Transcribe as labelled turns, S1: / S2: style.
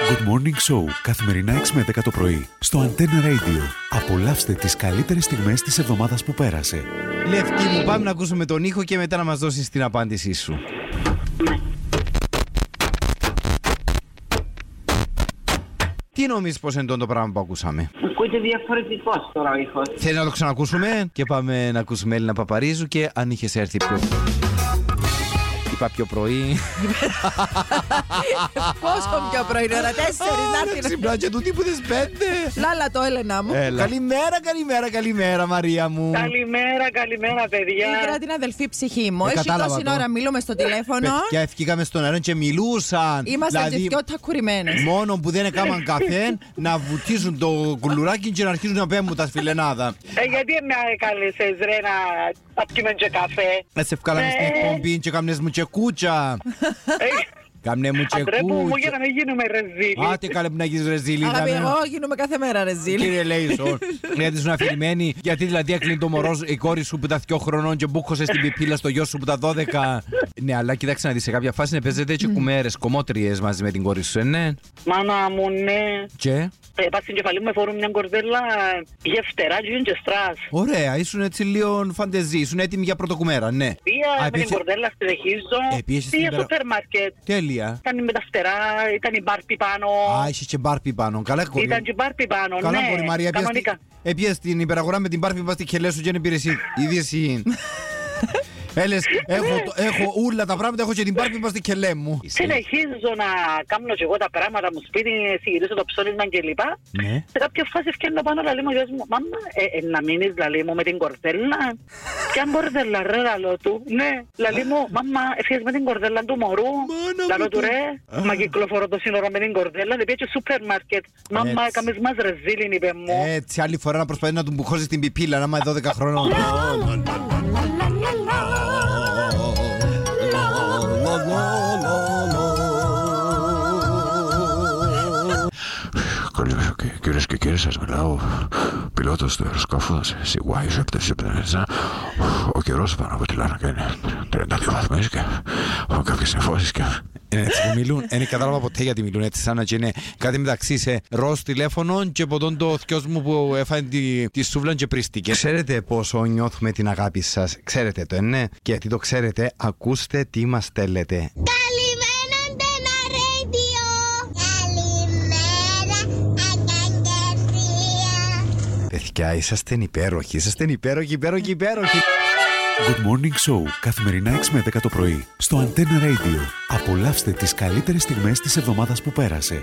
S1: Good Morning Show καθημερινά 6 με 10 το πρωί στο Antenna Radio. Απολαύστε τις καλύτερες στιγμές της εβδομάδας που πέρασε.
S2: Λευκή μου, πάμε να ακούσουμε τον ήχο και μετά να μας δώσεις την απάντησή σου. Τι νομίζεις πως είναι το πράγμα που ακούσαμε.
S3: Ακούγεται διαφορετικός τώρα ο ήχος.
S2: Θέλεις να το ξανακούσουμε και πάμε να ακούσουμε Έλληνα Παπαρίζου και αν είχες έρθει πιο... Είπα πιο πρωί.
S4: Πόσο πιο πρωί είναι, ώρα τέσσερις να έρθει.
S2: Δεν
S4: να-
S2: Ξυπνά και του τύπου τις πέντε.
S4: Λάλα το, Έλενα μου.
S2: Έλα. Καλημέρα, καλημέρα, καλημέρα Μαρία μου.
S3: Καλημέρα, καλημέρα, παιδιά.
S4: Πήρα την αδελφή ψυχή μου.
S2: Ε,
S4: Έχει
S2: κατάλαβα
S4: τόση
S2: το.
S4: ώρα μιλούμε στο τηλέφωνο.
S2: Παιδιά, δηλαδή, ευκήκαμε στον αέρα και μιλούσαν.
S4: Είμαστε και δυο τακουρημένες.
S2: Μόνο που δεν έκαναν καφέ να βουτίζουν το κουλουράκι και να αρχίζουν να παίρνουν τα σφιλενάδα.
S3: Ε, γιατί με κάλεσε, ρε, να να πιούμε και καφέ.
S2: Να σε βγάλαμε στην
S3: Ε.
S2: εκπομπή και κάμνες μου κούτσα.
S3: Ε,
S2: Κάμνε μου
S3: Αντρέπου μου για
S2: τσεκούτσα.
S3: να μην γίνουμε ρεζίλοι.
S2: Άτε καλέ που να γίνεις ρε ζήλι.
S4: Αγαπητέ,
S2: δάμε.
S4: εγώ γίνομαι κάθε μέρα ρε Ζήλη.
S2: Κύριε Λέισον, γιατί ήσουν αφηρημένη, γιατί δηλαδή έκλεινε το μωρό σου, η κόρη σου που ήταν 2 χρονών και μπούχωσε στην πιπίλα στο γιο σου που ήταν 12. ναι, αλλά κοίταξε να δεις σε κάποια φάση να παίζετε και κουμέρες, κομμότριες μαζί με την κόρη σου, ε, ναι.
S3: Μάνα μου, ναι.
S2: Και.
S3: Ε, πας στην κεφαλή μου, με φορούν μια κορδέλα γευτερά και είναι και στρας.
S2: Ωραία, ήσουν έτσι λίγο φαντεζή, ήσουν έτοιμη για πρωτοκουμέρα, ναι. Α,
S3: Πήγα με την
S2: επίσης-
S3: κορδέλα,
S2: Ε,
S3: συνεχίζω.
S2: πήγες στην
S3: Πήγα
S2: περα-
S3: στο σούπερ μάρκετ.
S2: Τέλεια.
S3: Ήταν με τα φτερά, ήταν η μπάρπι πάνω.
S2: Α, είσαι και μπάρπι πάνω. Καλά, κόρη.
S3: Ήταν και η μπάρπι πάνω,
S2: Καλά,
S3: ναι.
S2: κόρη Μαρία. Έπιες
S3: Κανονικά.
S2: τη- Έπιες την υπεραγορά με την μπάρπι, πας στη χελέ σου και δεν πήρε είδηση. Έλες, έχω, το- έχω ούλα τα πράγματα, έχω και την μπάρπι, πας στη χελέ μου.
S3: Συνεχίζω να κάνω και εγώ τα πράγματα μου σπίτι, συγυρίζω το ψώνισμα κλπ.
S2: Ναι.
S3: Σε κάποια φάση φτιάχνω πάνω, λαλή μου, ο γιος μου, μάμα, ε, ε, να μείνεις, λαλή μου, με την κορδέλα. Ποια κορδέλα, ρε, λαλό του. Ναι, λαλή μου, μάμα, έφυγες με την κορδέλα του μωρού.
S2: Μάνα μου,
S3: Λαλό του,
S2: το-
S3: ρε,
S2: Α.
S3: μα κυκλοφορώ το σύνορο με την κορδέλα, δεν πήγε και σούπερ μάρκετ. Μάμα,
S2: Έτσι. Ε,
S3: έκαμες μας ρεζίλιν, είπε μου.
S2: Έτσι, άλλη φορά να προσπαθεί να του μπουχώσεις την πιπίλα, να είμαι 12 χρονών.
S5: Καλημέρα κυ- κυρίες και κύριοι, σας μιλάω πιλότος του αεροσκάφου CY 747. Ο καιρός πάνω από τη Λάρνακα είναι 32 βαθμούς και έχω κάποιες εμφώσεις και
S2: Είναι έτσι που μιλούν. Δεν κατάλαβα ποτέ γιατί μιλούν έτσι. Σαν να και είναι κάτι μεταξύ σε ροζ τηλέφωνων και ποτόν το θειό μου που έφανε τη, τη σούβλα και πρίστηκε. Ξέρετε πόσο νιώθουμε την αγάπη σας. Ξέρετε το, ε, ναι. Και γιατί το ξέρετε, ακούστε τι μας στέλνετε.
S6: Καλημέρα, Αντένα Radio. Καλημέρα, Αγκαγκαρδία.
S2: Παιδιά, είσαστε υπέροχοι. Είσαστε υπέροχοι, υπέροχοι, υπέροχοι.
S1: Good Morning Show καθημερινά 6 με 10 το πρωί στο Antenna Radio. Απολαύστε τις καλύτερες στιγμές της εβδομάδας που πέρασε.